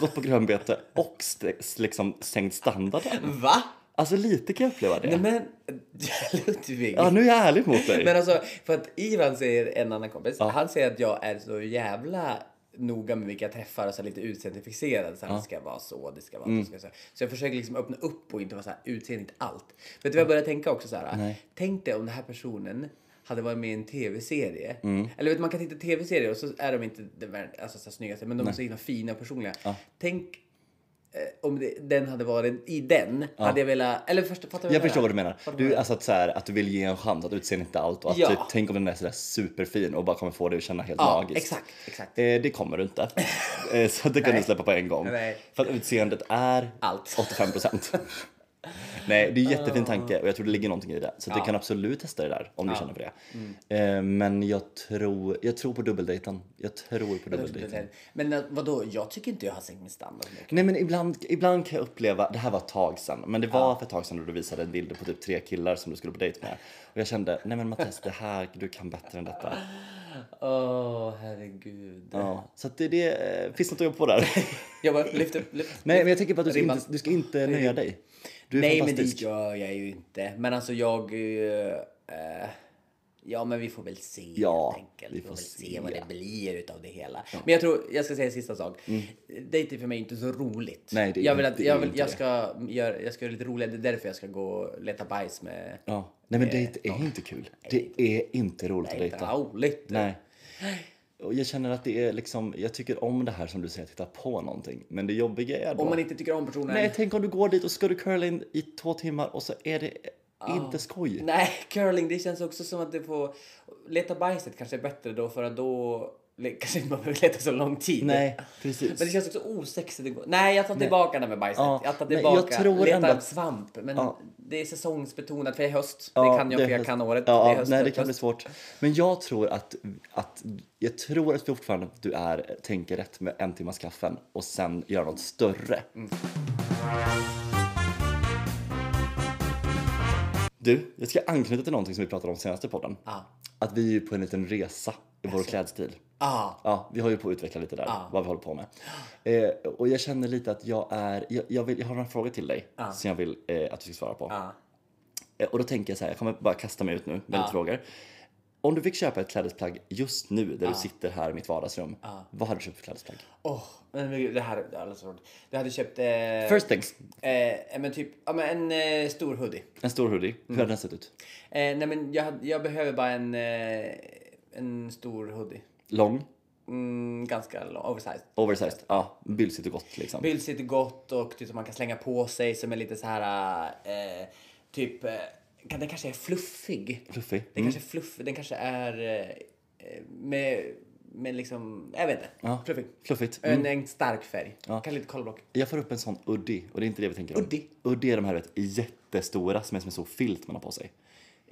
gått på grönbete och st- s- liksom sänkt standarden.
Va?
Alltså lite kan jag uppleva det.
Nej men, Ludvig.
Ja nu är jag ärlig mot dig.
Men alltså, för att Ivan säger, en annan kompis, han säger att jag är så jävla noga med vilka jag träffar och så här lite utseendefixerad. Så här, Det ska vara så, det ska vara
Mm.
så, det ska vara så. Så jag försöker liksom öppna upp och inte vara så här utseendet allt. Vet du vad jag började tänka också så här? Tänk dig om den här personen hade varit med i en tv-serie.
Mm.
Eller vet du, man kan titta på tv-serier och så är de inte det värld- alltså, så här, snyggaste men de är så himla fina och personliga. Tänk eh, om det, den hade varit i den. Hade jag velat... Eller först, fattar
Jag förstår vad du
menar?
menar. Du, alltså att, så här, att du vill ge en chans, att utseendet inte är allt och att
Ja.
typ, tänk om den är sådär superfin och bara kommer få dig att känna helt
Ja,
magiskt.
exakt, exakt.
Eh, det kommer du inte. Eh, så det kan du släppa på en gång.
Nej.
För att utseendet är
Allt. Ah.
85 procent. Nej, det är en jättefin tanke och jag tror det ligger någonting i det. Så att du kan absolut testa det där om du känner för det.
Mm.
Eh, men jag tror, jag tror på dubbeldejten. Jag tror på dubbeldejten.
Men eh, vadå, jag tycker inte jag har sänkt min standard så mycket.
Nej men ibland, ibland kan jag uppleva, det här var ett tag sedan, men det var för ett tag sedan då du visade en bild på typ tre killar som du skulle på dejt med. Och jag kände, nej men Mattias det här, du kan bättre än detta.
Åh, herregud.
Ja, så att det, det eh, finns något att jobba på där.
Jag bara, lyft upp, lyft upp.
Nej men jag tänker på att du ska
Ribban.
inte, du ska inte nöja dig. Du är
Nej, men det
fantastisk.
gör jag ju inte. Men alltså jag... eh, ja, men vi får väl se
Ja,
helt enkelt.
vi
Vi
får
får väl se,
se.
vad det blir utav det hela. Men jag tror, jag ska säga en sista sak. Dejt är för mig inte så roligt.
Mm. Nej, det är
jag vill
inte-
att,
det är
jag, vill,
inte
jag,
det.
ska göra, jag ska göra lite roligare. Det är därför jag ska gå och leta bajs med...
Ja. Nej men dejt är inte kul. Det är inte roligt att
Det är inte
dejta.
roligt.
Nej. Och jag känner att det är liksom, jag tycker om det här som du säger, att titta på någonting. Men det jobbiga är då...
Om man inte tycker om personen.
Nej, tänk om du går dit och ska du curla in i två timmar och så är det inte skoj.
Nej, curling det känns också som att du får leta bajset kanske är bättre då för att då le- kanske inte man behöver leta så lång tid.
Nej,
Men
precis.
det känns också osexigt. att gå- Nej, jag tar tillbaka det med bajset.
Ja,
Jag tar
men
tillbaka,
jag tror
leta
ändå att-
svamp. Men
Ja.
det är säsongsbetonat för det är höst.
Ja,
det kan jag
är
för jag
höst.
kan året.
Ja,
det är höst,
nej, det
höst,
kan bli
höst.
svårt. Men jag tror att, att, jag tror att fortfarande att du är, tänker rätt med en timmas kaffen och sen gör något större.
Mm.
Du, jag ska anknyta till någonting som vi pratade om senaste podden.
Ja. Alltså.
Att vi är ju på en liten resa i vår klädstil.
Ah,
Ja, vi har ju på att utveckla lite där, vad vi håller på med. Eh, och jag känner lite att jag är, jag, jag, vill, jag har några frågor till dig som jag vill eh, att du ska svara på.
ah.
Eh, Och då tänker jag så här, jag kommer bara kasta mig ut nu med lite frågor. Om du fick köpa ett klädesplagg just nu där du sitter här i mitt vardagsrum, vad hade du köpt för klädesplagg?
Åh, men gud, det här det här är så roligt. Jag hade köpt eh,
First things,
eh, men typ, ja, men en eh, stor hoodie.
en stor hoodie. Hur hade den sett ut?
Eh, nej, men jag, hade- jag behöver bara en, eh, en stor hoodie.
Lång,
Mm, ganska lång, oversized.
oversized, ja, bylsigt och gott liksom.
Bylsigt och gott och typ som man kan slänga på sig som är lite så här eh, typ, eh, kan- den kanske är fluffig.
Fluffig.
Den kanske är fluffig, den kanske är eh, eh, med, med liksom, jag vet inte.
Ja.
Fluffig.
Fluffigt. Mm.
En, en stark färg. Kanske lite kollerblock.
Jag får upp en sån uddi och det är inte det vi tänker om.
Hoodie?
Uddi är de här vet, jättestora som är som en stor filt man har på sig.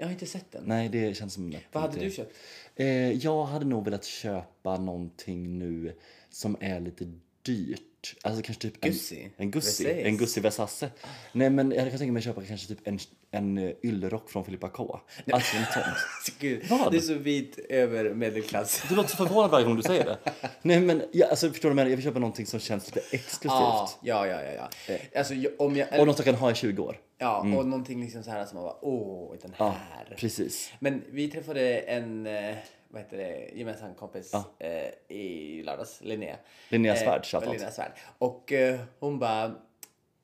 Jag har inte sett den.
Nej, det känns som... att
Vad hade
inte-
du köpt?
Eh, jag hade nog velat köpa någonting nu som är lite dyrt. Alltså kanske typ en...
Gussi?
En Gussi.
Versace.
En Gussi Versace. Nej men jag kan tänka mig att köpa kanske typ en, en eh, yllerock från Filippa K. Alltså en tomt.
Gud,
Vad?
Du är så vit över medelklassen.
Du låter så förvånad varje gång du säger det. Nej men ja, alltså förstår du vad jag menar? Jag vill köpa någonting som känns lite exklusivt.
Ja, ja, ja, ja. ja. Alltså, jag- om jag...
Eh. Och något jag kan ha i 20 år.
Ja, och någonting liksom så här som man bara, åh, den
Ja,
här.
precis.
Men vi träffade en eh, vad heter det, gemensam kompis eh, i lördags, Linnea. Eh,
Linnea Svärd, shoutout.
Linnea Svärd. Och eh, hon bara,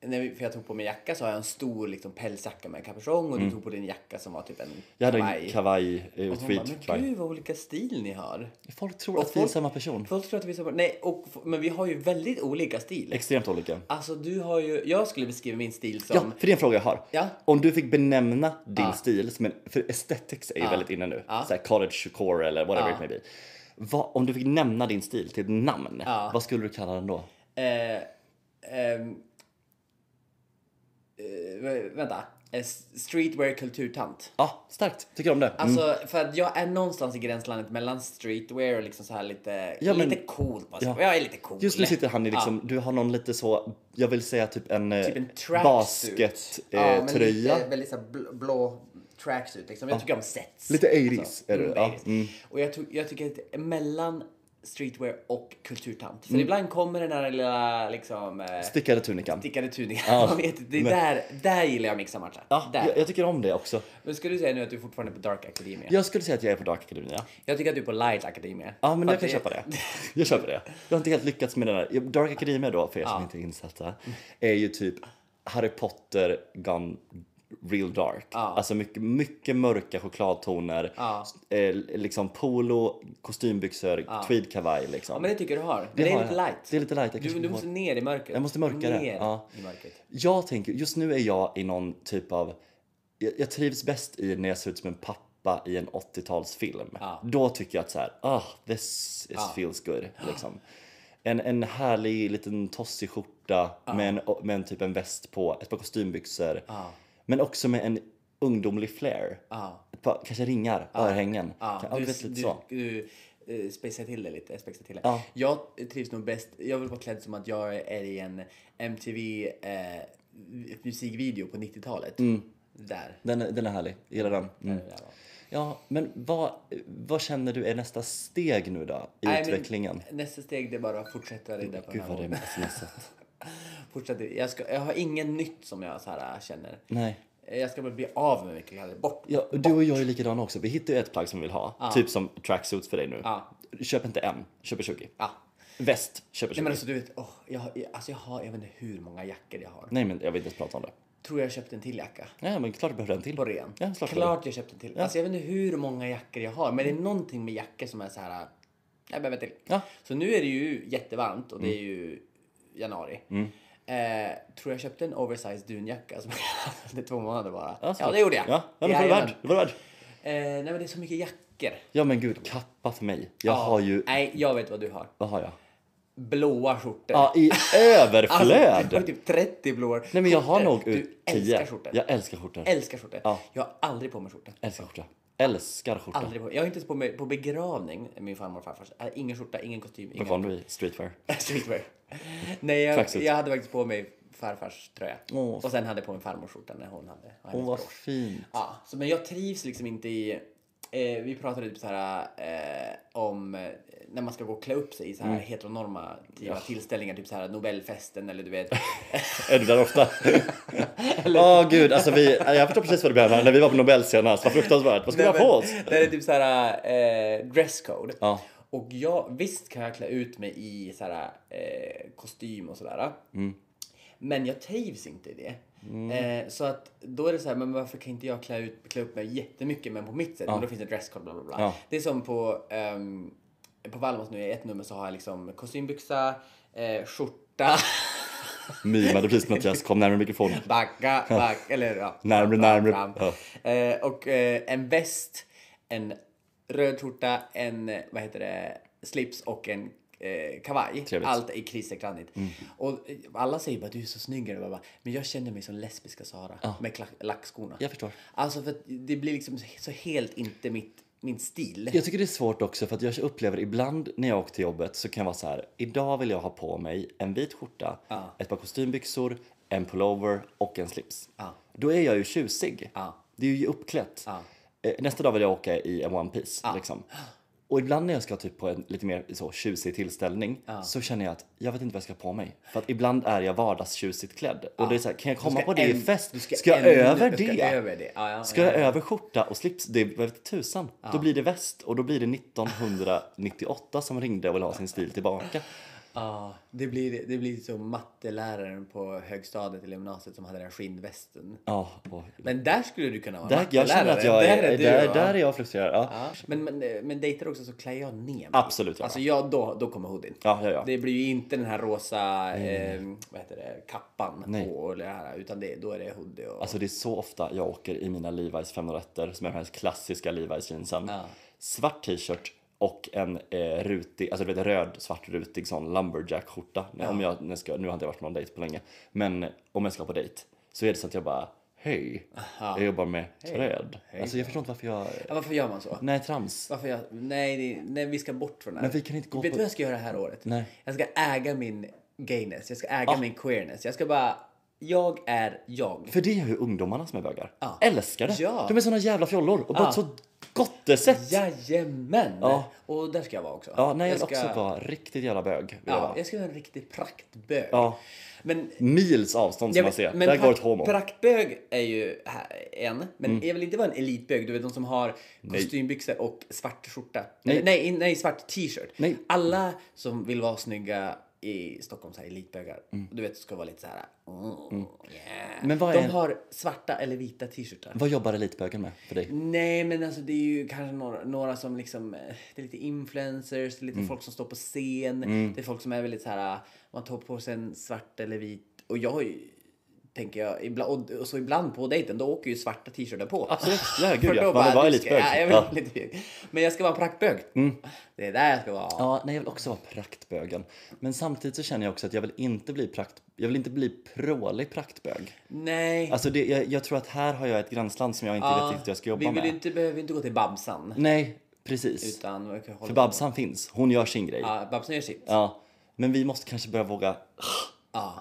när vi, för jag tog på mig jacka så har jag en stor liksom, pälsjacka med kapuschong och du tog på din jacka som var typ en
Mm. Jag hade en
kavaj.
kavaj, eh,
och hon bara, men
tweed kavaj.
gud vad olika stil ni har.
Folk tror att vi är samma person.
Folk tror att vi är samma, nej, och, men vi har ju väldigt olika stil.
Extremt olika.
Alltså du har ju, jag skulle beskriva min stil som,
Ja, för det är en fråga jag har.
Ja.
Om du fick benämna din stil, som en, för aesthetics är ju väldigt inne nu, så här college core eller whatever it may be. Vad, om du fick nämna din stil till ett namn, vad skulle du kalla den då?
eh, ehm, eh, vänta, Eh, streetwear kulturtant.
Ja, starkt. Tycker om det. Mm.
Alltså, för att jag är någonstans i gränslandet mellan streetwear och liksom så här lite,
Ja, men-
lite coolt. Bara, så.
ja.
Jag är lite cool.
Just nu sitter han i liksom, du har någon lite så, jag vill säga typ en,
Typ en tracksuit.
baskettröja. Eh, tröja.
Lite, väldigt så här bl- blå tracksuit liksom. Jag tycker om sets.
Lite 80s är det.
Mm,
Ja.
80s. Och jag, tog, jag tycker att mellan streetwear och kulturtant. För
Mm.
ibland kommer den här lilla liksom eh,
Stickade tunikan.
stickade tuningen.
Ja,
Man vet, det är
men-
där, där gillar jag mixa matcha.
Ja,
där.
jag, jag tycker om det också.
Men ska du säga nu att du fortfarande är på Dark Academia?
Jag skulle säga att jag är på Dark Academia.
Jag tycker att du är på Light Academia.
Ja, men jag
För att
kan köpa det. Jag köper det. Jag har inte helt lyckats med den där. Dark Academia då, för er som inte är insatta, är ju typ Harry Potter gone real dark. Alltså mycket, mycket mörka chokladtoner, eh, liksom polo, kostymbyxor, tweedkavaj liksom.
Ja, men det tycker jag du har. Men det,
har
är lite
jag.
light.
Det är lite light, jag
Du,
kanske
du
får-
måste ner i mörkret.
Jag måste mörka det,
Ner
ja.
i mörkret.
Jag tänker, just nu är jag i någon typ av... Jag, jag trivs bäst i när jag ser ut som en pappa i en 80-talsfilm. Då tycker jag att så här, ah, this is feels good. Liksom. En, en härlig liten tossig skjorta med, en, och- med en typ en väst på, ett par kostymbyxor. Men också med en ungdomlig flair. Ett par, kanske ringar, örhängen. Kan- ja,
du,
du vet, lite
du,
så.
du, eh, spejsar till det lite. Spejsar till det.
Ja.
Jag trivs nog bäst. Jag vill vara klädd som att jag är i en MTV eh, musikvideo på 90-talet.
Mm.
Där.
Den, är- den är härlig, jag gillar den. Mm.
Där var.
Ja, men vad, vad känner du är nästa steg nu då i
Nej, men
utvecklingen?
Nästa steg det är bara att fortsätta rida på
Gud
den här
vad det
vågen.
är smsat.
Fortsätt. Jag, ska, jag har ingen nytt som jag så här, äh, känner.
Nej.
Jag ska bara bli av med mycket kläder. Bort.
Ja, och du och jag är likadana också. Vi hittar ju ett plagg som vi vill ha. Typ som tracksuits för dig nu.
Ja.
Köp inte en, köp 20.
Ja.
Väst, köp 20.
Nej men alltså du vet, åh, jag, har- jag- alltså, jag har, jag vet inte hur många jackor jag har.
jag vill inte ens prata om det.
Tror jag köpte en till jacka.
Nej, men klart du behöver en till.
på ren.
Ja, klart. klart.
Klart jag köpte en till. Alltså jag vet inte hur många jackor jag har, men det är någonting med jackor som är så här. äh, Jag behöver till.
Ja. Mm.
Så nu är det ju jättevarmt och det är ju januari. Eh, tror jag köpte en oversized dunjacka som jag hade två månader bara.
Ja,
ja, det gjorde jag.
Ja, ja men det var du
Jajamän.
värd. Det var du värd.
Eh, nej, men det är så mycket jackor.
Ja, men gud, kappa för mig. Jag har ju...
Nej, jag vet vad du har.
Vad har jag?
Blåa skjortor.
Ja, i
Alltså, du har
överflöd!
typ 30 blåa
Nej, men jag har
skjortor.
nog
Du
ut 10.
älskar skjortor.
Jag älskar skjortor.
Älskar skjortor.
Ja.
Jag har aldrig på mig skjortor.
Älskar skjorta. Älskar skjorta.
Aldrig på, jag har inte ens på mig på begravning, min farmor och farfar. Äh, Ingen skjorta, ingen kostym,
Vad
ingen
van du är. Streetwear.
streetwear. Nej, jag,
Tracksuit.
jag hade faktiskt på mig farfars tröja.
Åh.
Och sen hade jag på mig farmors skjorta när hon hade. och hennes
Åh, vad
bror.
fint.
Ja, så, men jag trivs liksom inte i... Eh, vi pratade typ så här eh, om eh, när man ska gå och klä upp sig i så
Mm.
här heteronormativa tillställningar, typ så här Nobelfesten eller du vet.
Är du där ofta? Åh gud, alltså vi, jag förstår precis vad du menar. När vi var på Nobel senast, vad fruktansvärt. Vad ska vi ha på oss?
Nej, men, Där det är typ såhär eh, dresscode.
Ja.
Och jag, visst kan jag klä ut mig i såhär eh, kostym och sådär. Men jag trivs inte i det. Eh, så att då är det så här, men varför kan inte jag klä, ut, klä upp mig jättemycket men på mitt sätt? Men då finns det dresscode bla bla bla.
Ja.
Det är som på, ehm, på Valmos nu i ett nummer så har jag liksom kostymbyxa, eh, skjorta,
Mimade precis Mattias, kom närmare mikrofonen.
backa, back, eller ja.
Närmre,
fram.
närmre. Ja.
Eh, och eh, en väst, en röd skjorta, en eh, vad heter det, slips och en eh, kavaj.
Trevligt. Mm.
Allt är krisekranigt. Och eh, alla säger bara du är så snygg. eller vad, vad. Men jag känner mig som lesbiska Sara med klack- lackskorna.
Jag förstår.
Alltså för att det blir liksom så helt inte mitt min stil.
Jag tycker det är svårt också för att jag upplever ibland när jag åker till jobbet så kan jag vara så här. Idag vill jag ha på mig en vit skjorta, ett par kostymbyxor, en pullover och en slips. Då är jag ju tjusig. Det är ju uppklätt. Eh, Nästa dag vill jag åka i en one piece liksom. Och ibland när jag ska typ på en lite mer så tjusig tillställning så känner jag att jag vet inte vad jag ska ha på mig. För att ibland är jag vardagstjusigt klädd. Och det är så här, kan jag komma på det i
en-
fest?
du
Ska, jag
en-
över
du ska
det?
över det. Ja, ja,
Ska
ja.
jag över skjorta och slips? Det vet tusan. Då blir det väst och då blir det 1998 som ringde och ville ha sin stil tillbaka.
Ja, det blir, det blir som matteläraren på högstadiet eller gymnasiet som hade den här skinnvästen.
Ja, och
Men där skulle du kunna vara
där, jag känner att jag är,
Där
där,
är du,
där,
va?
är jag frustrerad. Ja.
Ja. Men, men, men dejtar också så klär jag ner mig.
Absolut, ja.
Alltså jag, då, då kommer hoodien.
Ja, ja, ja.
Det blir ju inte den här rosa eh, vad heter det, kappan
Nej.
på. Eller det här, utan det, då är det hoodie och...
Alltså det är så ofta jag åker i mina Levi's 501 som är de här klassiska Levi's jeansen.
Ja.
Svart t-shirt och en eh, rutig, alltså du vet röd svart rutig sån lumberjack skjorta. Om jag, när jag ska, nu har inte jag varit på någon dejt på länge. Men om jag ska på dejt så är det så att jag bara Hej, jag jobbar med träd. Alltså jag förstår inte varför jag...
ja, varför gör man så?
Nej, trams.
Varför jag, nej, det- nej, vi ska bort från det här.
Men vi kan inte gå
Vet
på-
du vad jag ska göra det här året?
Nej. Ah.
Jag ska äga min gayness. Jag ska äga min queerness. Jag ska bara... Jag är jag.
För det är ju ungdomarna som är bögar. Älskar det.
Ja.
De är såna jävla fjollor och på ett så gottesätt. Ja.
Jajamän!
Ja.
Och där ska jag vara också.
ja, nej jag vill
ska-
också vara riktigt jävla bög. Vill jag
Ja,
vara.
jag ska vara en riktig praktbög.
Ja.
Men
Mils avstånd som
Ja,
man ser.
men
Där
pra-
går ett homo. Mm.
Praktbög är ju här, en, men jag vill inte vara en elitbög. Du vet de som har kostymbyxor och svart skjorta. Nej, nej, nej svart t-shirt.
Nej.
Alla som vill vara snygga i Stockholm, så här, elitbögar, du vet, ska vara lite så här. "Oh, yeah."
Mm. Men vad
de
är en-
har svarta eller vita t-shirtar.
Vad jobbar elitbögen med för dig?
Nej, men alltså det är ju kanske några, några som liksom, eh, det är lite influencers, det är lite
Mm.
folk som står på scen, det är folk som är väldigt så här, eh, man tar på sig en svart eller vit. Och jag har ju, tänker jag, ibland, och, och så ibland på dejten, då åker ju svarta t-shirtar på.
Absolut. Ja,
För
gud ja.
då
Man vill vara
du ska-
elitbög.
Ja, jag vill
Ja.
vara elitbög. Men jag ska vara en praktbög. Det är där jag ska vara.
Mm. Ja, nej, jag vill också vara praktbögen. Men samtidigt så känner jag också att jag vill inte bli prakt... Jag vill inte bli prålig praktbög.
Nej,
Alltså det, jag, jag tror att här har jag ett gränsland som jag inte
ja,
vet riktigt hur jag ska jobba
vi vill
med.
ju inte, behöver ju inte gå till Babsan.
Nej, precis.
Utan, vi kan hålla-
För Babsan finns. Hon gör sin grej.
ja, Babsan gör sitt. Ja,
Ja, men vi måste kanske börja våga.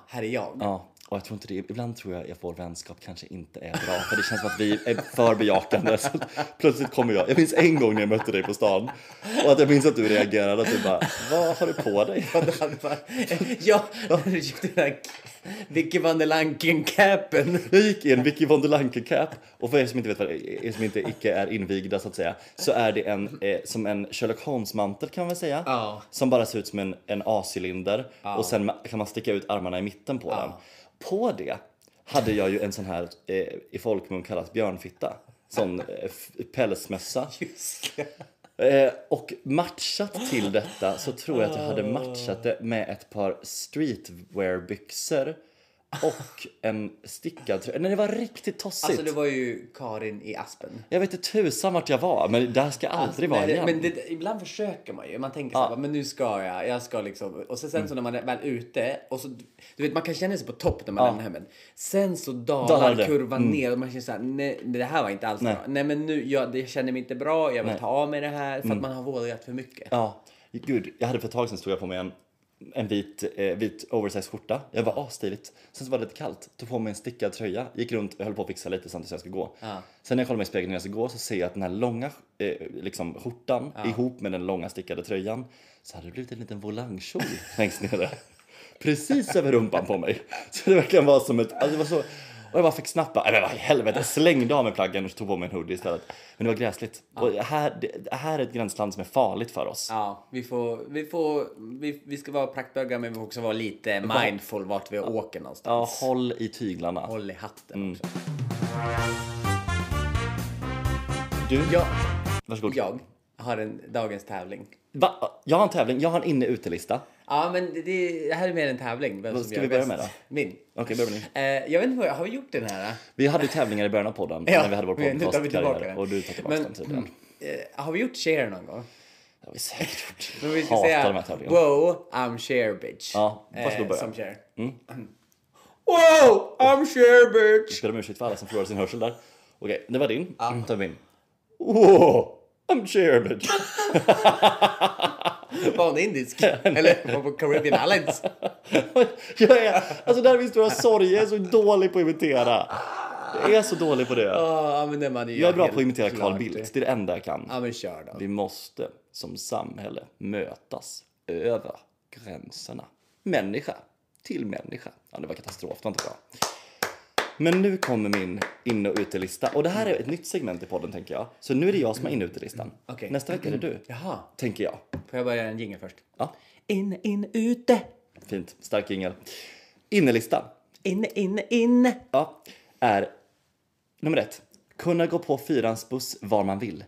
här är jag.
Ja, och jag tror inte det. Ibland tror jag att vår vänskap kanske inte är bra, för det känns som att vi är för bejakande. Så att plötsligt kommer jag. Jag minns en gång när jag mötte dig på stan och att jag minns att du reagerade att du bara, vad har du på dig?
ja, du köpte den här Vicky van der Lanken-capen.
Jag gick i en Vicky von der Lanke-cap och för er som inte vet vad det är, som inte icke är invigda så att säga, så är det en, eh, som en Sherlock Holmes-mantel kan man väl säga.
Ja.
Som bara ser ut som en, en A-cylinder och sen ma- kan man sticka ut armarna i mitten på den. På det hade jag ju en sån här eh, i folkmun kallat björnfitta. Sån eh, f- pälsmössa.
Just det.
Eh, och matchat till detta så tror jag att jag hade
Ah.
matchat det med ett par streetwear-byxor och en stickad tröja. Nej, det var riktigt tossigt.
Alltså det var ju Karin i Aspen.
Jag vet inte tusan vart jag var, men där ska jag aldrig vara
Alltså, Nej, det-
igen.
men det, ibland försöker man ju. Man tänker så här, men nu ska jag. Jag ska liksom. Och sen, sen så när man är väl ute. Och så, du vet, man kan känna sig på topp när man lämnar hemmet. Sen så dalar
Dalar det.
kurvan ner och man känner så här, nej det här var inte alls bra. Nej men nu, jag, jag känner mig inte bra. Jag vill ta av mig det här. För att man har vågat för mycket.
Ja, gud. Jag hade för ett tag sedan stod jag på mig en, en vit, eh, vit oversized skjorta. Jag var asstiligt. Sen så var det lite kallt. Tog på mig en stickad tröja. Gick runt och höll på att fixa lite samtidigt som jag ska gå. Sen när jag kollar mig i spegeln när jag ska gå så ser jag att den här långa eh, liksom, skjortan ihop med den långa stickade tröjan så hade det blivit en liten volangkjol längst nere. Precis över rumpan på mig. Så det verkligen var som ett... Alltså det var så, och jag bara fick snappa. Nej men vad i helvete. Jag slängde av mig plaggen och tog på mig en hoodie istället. Men det var gräsligt. Och här, det, här är ett gränsland som är farligt för oss.
Ja, vi får, vi får, vi, vi ska vara praktbögar men vi får också vara lite mindful vart vi åker
Ja,
någonstans.
håll i tyglarna.
Håll i hatten
Mm.
också.
Du,
Jag,
varsågod.
jag har en dagens tävling.
Va? Jag har en tävling, jag har en inne-utelista.
Ja, men det, det här är mer en tävling. Vem som
ska
gör
vi börja
bäst.
med då?
Min.
Okej, börja med din.
Eh, jag vet inte, vad, har vi gjort den här?
Vi hade ju tävlingar i början av podden
Ja,
när vi hade vår
men nu tar vi
podcastkarriär
tillbaka den.
och du tar tillbaka
Men-
den tydligen.
Eh, har vi gjort share någon gång?
Det har vi säkert gjort.
Men vi ska
Hatar
säga,
de här tävlingarna.
Wow, I'm share bitch. Eh,
Ja, varsågod, börja.
Som share.
Mm.
Wow, I'm share bitch.
Ber om ursäkt för alla som förlorar sin hörsel där. Okej, det var din. Mm, tar vi in. Wow, I'm cheer bitch.
Var hon indisk? Eller var på Caribbean Islands?
jag är, alltså där min stora sorg, jag är så dålig på att imitera. Jag är så dålig på det.
Ja, men det man gör
Jag är bra på
helt
att imitera Carl
klart.
Bildt, det är det enda jag kan.
Ja, men kör då.
Vi måste som samhälle mötas över gränserna. Människa till människa. Ja, det var katastrof, det var inte bra. Men nu kommer min in och utelista. Och det här är ett nytt segment i podden tänker jag. Så nu är det jag som har in och utelistan.
Okej.
Nästa vecka är det du,
Jaha,
tänker jag.
får jag bara göra en jingel först?
Ja,
In, in, ute.
fint. Stark jingel. Innelistan.
In, in, in.
Ja, är nummer ett. Kunna gå på fyrans buss var man vill.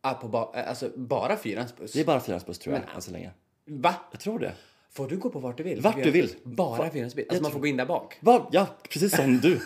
Ah, på ba- eh, alltså bara fyrans buss?
Det är bara fyrans buss tror jag, än så länge.
Va?
Jag tror det.
Får du gå på vart du vill?
Vart du vill.
Bara fyrans buss? Alltså man får gå in där bak?
Va? Ja, precis som du.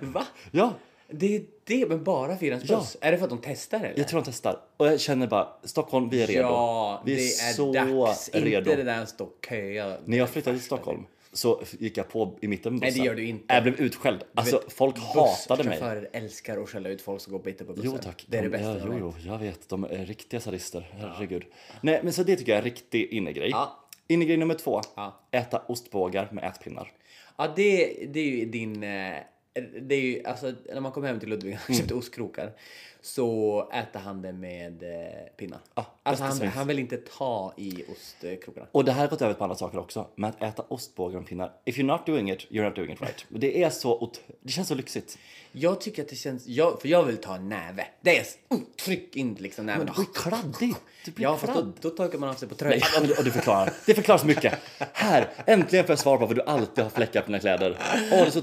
Va?
Ja,
Det är det, men bara fyrans
Ja.
buss? Är det för att de testar eller?
Jag tror de testar. Och jag känner bara, Stockholm, vi är redo.
Ja,
vi
det är dags. Inte det där att stå och köa.
När jag flyttade till Stockholm så gick jag på i mitten på bussen.
Nej, det gör du inte.
Jag blev utskälld. Alltså, folk hatade mig.
Busschaufförer älskar att skälla ut folk som går bitter på bussen.
Jo tack.
Det är det
De-
bästa
ja,
jag
jo,
vet.
jo, jag vet. De är riktiga sadister. Herregud. Nej, men så det tycker jag är en riktig innegrej.
Ja.
Innegrej nummer två.
Ja.
Äta ostbågar med ätpinnar.
Ja, det, det är ju din... eh, Det är ju, alltså, när man kom hem till Ludvig
Mm.
och köpte ostkrokar så äter han det med eh, pinnar. alltså,
bästa
han,
svängs.
han vill inte ta i ostkrokarna.
Och det här har gått över på andra saker också. Men att äta ostbågar med pinnar. If you're not doing it, you're not doing it right. Det är så... ot- Det känns så lyxigt.
Jag tycker att det känns... Jag, för jag vill ta en näve. Det är... s- Mm, tryck in liksom näven.
Det blir kladdigt. Det blir alltså,
Ja, fast
kladdigt.
då, då torkar man av sig på tröjan.
Ja, men- Och det förklarar. Det förklarar så mycket. Här! Äntligen får jag svar på varför du alltid har fläckar på dina kläder. Åh, det är så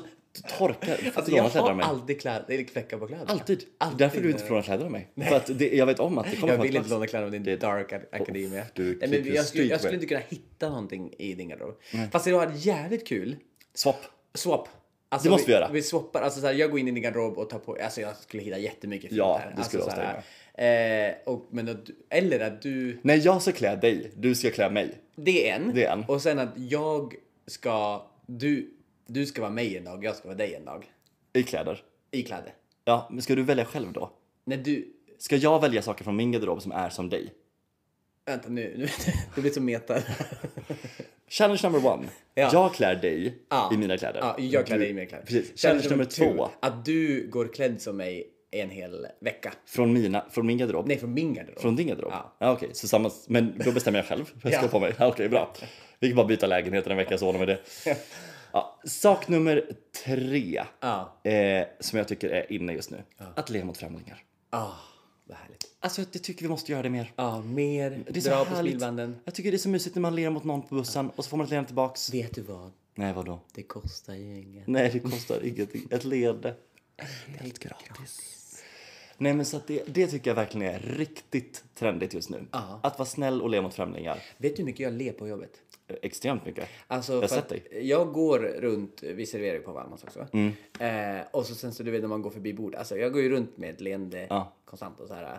torkar.
Alltså, jag har aldrig kläder, eller fläckar på kläder.
Alltid. Därför du inte får låna kläder av mig. För att det, jag vet om att det kommer
Jag
vara
vill
ett
inte
plats.
låna kläder av din dark ac- academia.
du
Nej, men
keep your
jag, skulle,
street
jag skulle
well.
inte kunna hitta någonting i din garderob. Fast det var jävligt kul.
Swap.
Swap. Alltså,
Det måste vi göra.
Vi swappar. Alltså, så här, jag går in i din garderob och tar på... Alltså jag skulle hitta jättemycket fint
Ja,
där.
det skulle
alltså,
jag
så här, eh, och, men att, du- Eller att du...
När jag ska klä dig, du ska klä mig.
Det är, en.
Det är en.
Och sen att jag ska... Du, du ska vara mig en dag, jag ska vara dig en dag.
I kläder.
I kläder.
Ja, men ska du välja själv då?
När du...
Ska jag välja saker från min garderob som är som dig?
Vänta nu, nu det blir så meta.
Challenge number one.
Ja.
Jag klär dig
Ja.
i mina kläder.
Ja, jag klär
Du-
dig i mina kläder.
Precis. Challenge, nummer
two,
två.
Att du går klädd som mig en hel vecka.
Från, mina, från min garderob.
Nej, från min garderob.
Från din garderob?
Ja.
Ja. okej. Så samma, men då bestämmer jag själv vad jag ska
Ja.
ha på mig. Ja, Okej, bra. Vi kan bara byta lägenhet en vecka så ordnar vi det. Ja, sak nummer tre
Ja.
eh, som jag tycker är inne just nu. Att le mot främlingar.
Ah, vad härligt.
Alltså jag tycker vi måste göra det mer.
Ja, mer.
Det är så
dra på
härligt.
smilbanden.
Jag tycker det är så mysigt när man ler mot någon på bussen och så får man ett leende tillbaks.
Vet du vad?
Nej, vadå?
Det kostar ju inget.
Nej, det kostar ingenting. Ett leende. Helt gratis. Nej, men så att det, det tycker jag verkligen är riktigt trendigt just nu.
Ja.
Att vara snäll och le mot främlingar.
Vet du hur mycket jag ler på jobbet?
Eh, Extremt mycket.
Alltså,
Jag har
för
sett
att Jag går runt, vi serverar ju på Valmans också.
Mm.
Eh, och så sen så du vet när man går förbi bordet. Alltså jag går ju runt med ett leende
Ja.
konstant och så här.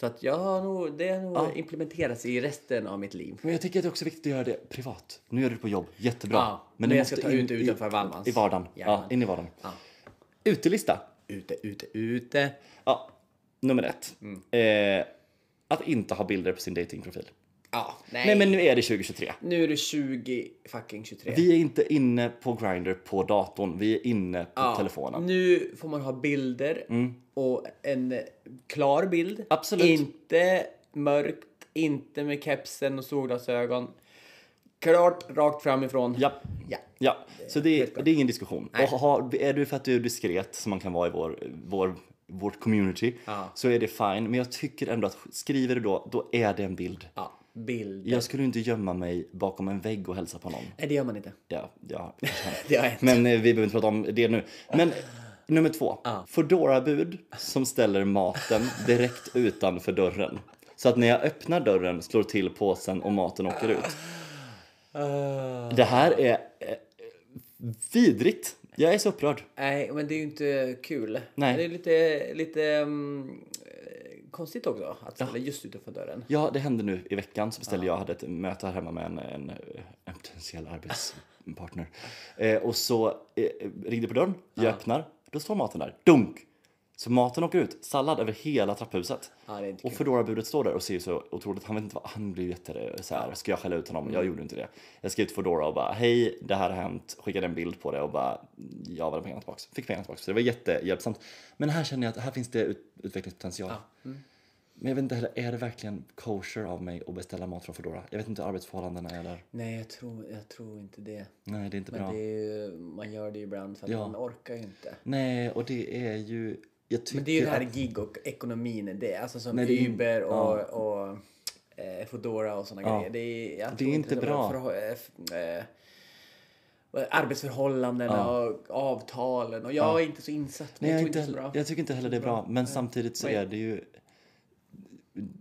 Så att jag har nog, det har nog implementerats i resten av mitt liv.
Men jag tycker att det är också viktigt att göra det privat. Nu gör du det på jobb, jättebra.
Ja, men
det
jag ska
måste
ta ut det
i-
utanför Wallmans.
I vardagen. Ja,
Jajamän.
in i vardagen.
Ja.
Utelista.
Ute, ute, ute.
Ja, nummer ett. Eh, att inte ha bilder på sin datingprofil.
Ja, nej.
Nej men nu är det 2023.
Nu är det 20 fucking 23.
Vi är inte inne på Grindr på datorn, vi är inne på telefonen.
Nu får man ha bilder och en eh, klar bild.
Mm. Absolut.
Inte mörkt, inte med kepsen och solglasögon. Klart rakt framifrån.
Ja.
Ja.
Ja, så det, det är ingen diskussion.
Nej.
Och har, är du för att du är diskret, som man kan vara i vår, vår, vårt community,
Ja.
så är det fine. Men jag tycker ändå att skriver du då, då är det en bild.
ja bild.
Jag skulle inte gömma mig bakom en vägg och hälsa på någon.
Nej, det gör man inte.
Ja, ja.
Det har hänt.
Men eh, vi behöver inte prata om det nu. Men nummer två. Foodora-bud som ställer maten direkt utanför dörren. Så att när jag öppnar dörren slår till påsen och maten åker ut. Det här är eh, vidrigt. Jag är så upprörd.
Nej, men det är ju inte kul.
Nej.
Det är lite, lite mm, eh, konstigt också att ställa just utanför dörren.
Ja, det hände nu i veckan så beställde jag, hade ett möte här hemma med en, en, en potentiell arbetspartner. Eh, och så eh, ringde på dörren, jag öppnar, då står maten där. Dunk! Så maten åker ut, sallad över hela trapphuset.
Ja, det är inte
och
kul.
Foodora-budet står där och ser så otroligt, han vet inte vad, han blir jätte så här, ska jag skälla ut honom?
Mm.
Jag gjorde inte det. Jag skrev till Foodora och bara, hej, det här har hänt, skickade en bild på det och bara, jag vill ha pengarna tillbaks. Fick pengarna tillbaks, så det var jättehjälpsamt. Men här känner jag att här finns det ut, utvecklingspotential.
mm.
Men jag vet inte heller, är det verkligen kosher av mig att beställa mat från Foodora? Jag vet inte hur arbetsförhållandena är där.
Nej, jag tror, jag tror inte det.
Nej, det är inte
Men
bra.
det är ju, man gör det ju ibland för att man orkar ju inte.
Nej, och det är ju, jag tycker
Men det är ju den
att-
här gig-ekonomin, det, alltså som
Nej, det är-
Uber och, och eh, Foodora och sådana grejer. Det är, jag
Det är
tror
inte
de har
bra.
förhå- eh, f- eh, arbetsförhållandena och avtalen och jag är inte så insatt. Men
Nej, jag,
jag
är inte,
tror inte det är så
heller-
bra.
jag tycker inte heller det är bra. Men samtidigt så är det ju...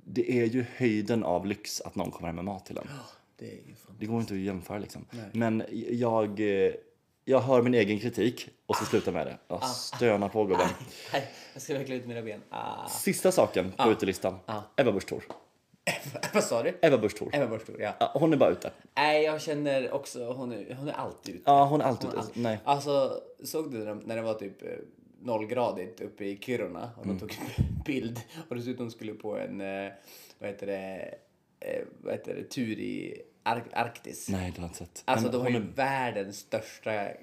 Det är ju höjden av lyx att någon kommer hem med mat till en.
Ja, Det är ju fan.
Det går inte att jämföra liksom. Men jag, eh, jag hör min egen kritik och så slutar med det.
Ah.
Jag stönar på gubben.
Nej, jag ska verkligen ut mina ben. Ah.
Sista saken på utelistan. Ebba Busch Thor.
Vad sa du?
Ebba Busch Thor.
Ebba Busch Thor, ja.
Ja, Hon är bara ute.
Nej, jag känner också, hon är, hon är alltid ute.
Ja, hon är alltid
Hon
ute.
alltid-
Nej.
Alltså, såg du när de- när det var typ eh, nollgradigt uppe i Kiruna och de
Mm.
tog en bild och dessutom skulle på en, eh, vad heter det, eh, vad heter det tur i Ar- Arktis.
Nej, det har jag inte sett.
Alltså
Men
de har
hon
ju
är-
världens största eh,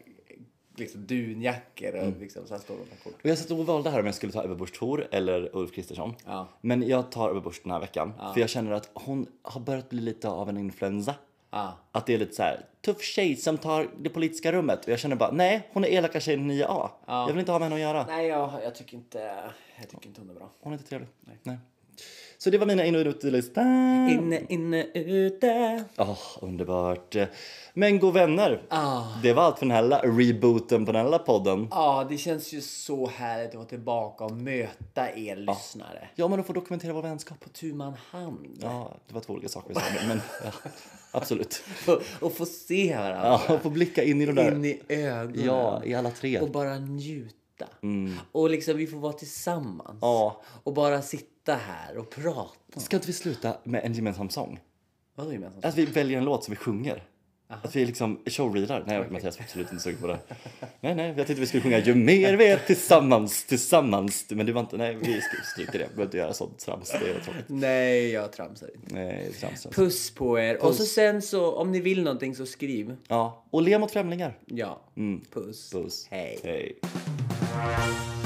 liksom, dunjackor och
Mm.
liksom så här står de där kort.
Och jag satt och valde här om jag skulle ta Ebba Busch Thor eller Ulf Kristersson.
Ja.
Men jag tar Ebba Busch den här veckan. För jag känner att hon har börjat bli lite av en influensa.
Ah.
Att det är lite så här tuff tjej som tar det politiska rummet. Och jag känner bara, nej, hon är elaka tjejen i 9A. Jag vill inte ha med henne att göra.
Nej, jag, jag tycker inte, jag tycker inte hon är bra.
Hon är inte trevlig. Nej. Så det var mina in och utelista. Åh,
Inne, inne, ute.
underbart. Men god vänner.
Ah.
Det var allt för den här la- rebooten på den här lilla podden.
Ja, det känns ju så härligt att vara tillbaka och möta er lyssnare.
Ja, men då får dokumentera vår vänskap.
På tu man hand.
Ja, det var två olika saker vi sa. men- Men ja, absolut.
Och, och få se varandra.
Ja, och få blicka in i de där.
In i ögonen.
Ja, i alla tre.
Och bara njuta. Och liksom vi får vara tillsammans.
Ja.
Och bara sitta här och prata.
Ska inte vi sluta med en gemensam sång?
Vadå gemensamt?
Att vi väljer en låt som vi sjunger. Att vi liksom showreelar. Nej, Mattias var absolut inte sugen på det. Nej, nej, jag tänkte vi skulle sjunga Ju mer vi är tillsammans, tillsammans. Men det var inte, nej, vi sk- stryker det. Vi behöver inte göra sånt trams. Det är tråkigt.
Nej, jag tramsar inte.
Nej, trams, trams.
Puss på er. Och så sen så, om ni vill någonting så skriv.
Ja, och le mot främlingar.
Ja. Mm. Puss.
Puss.
Hej.
Hej.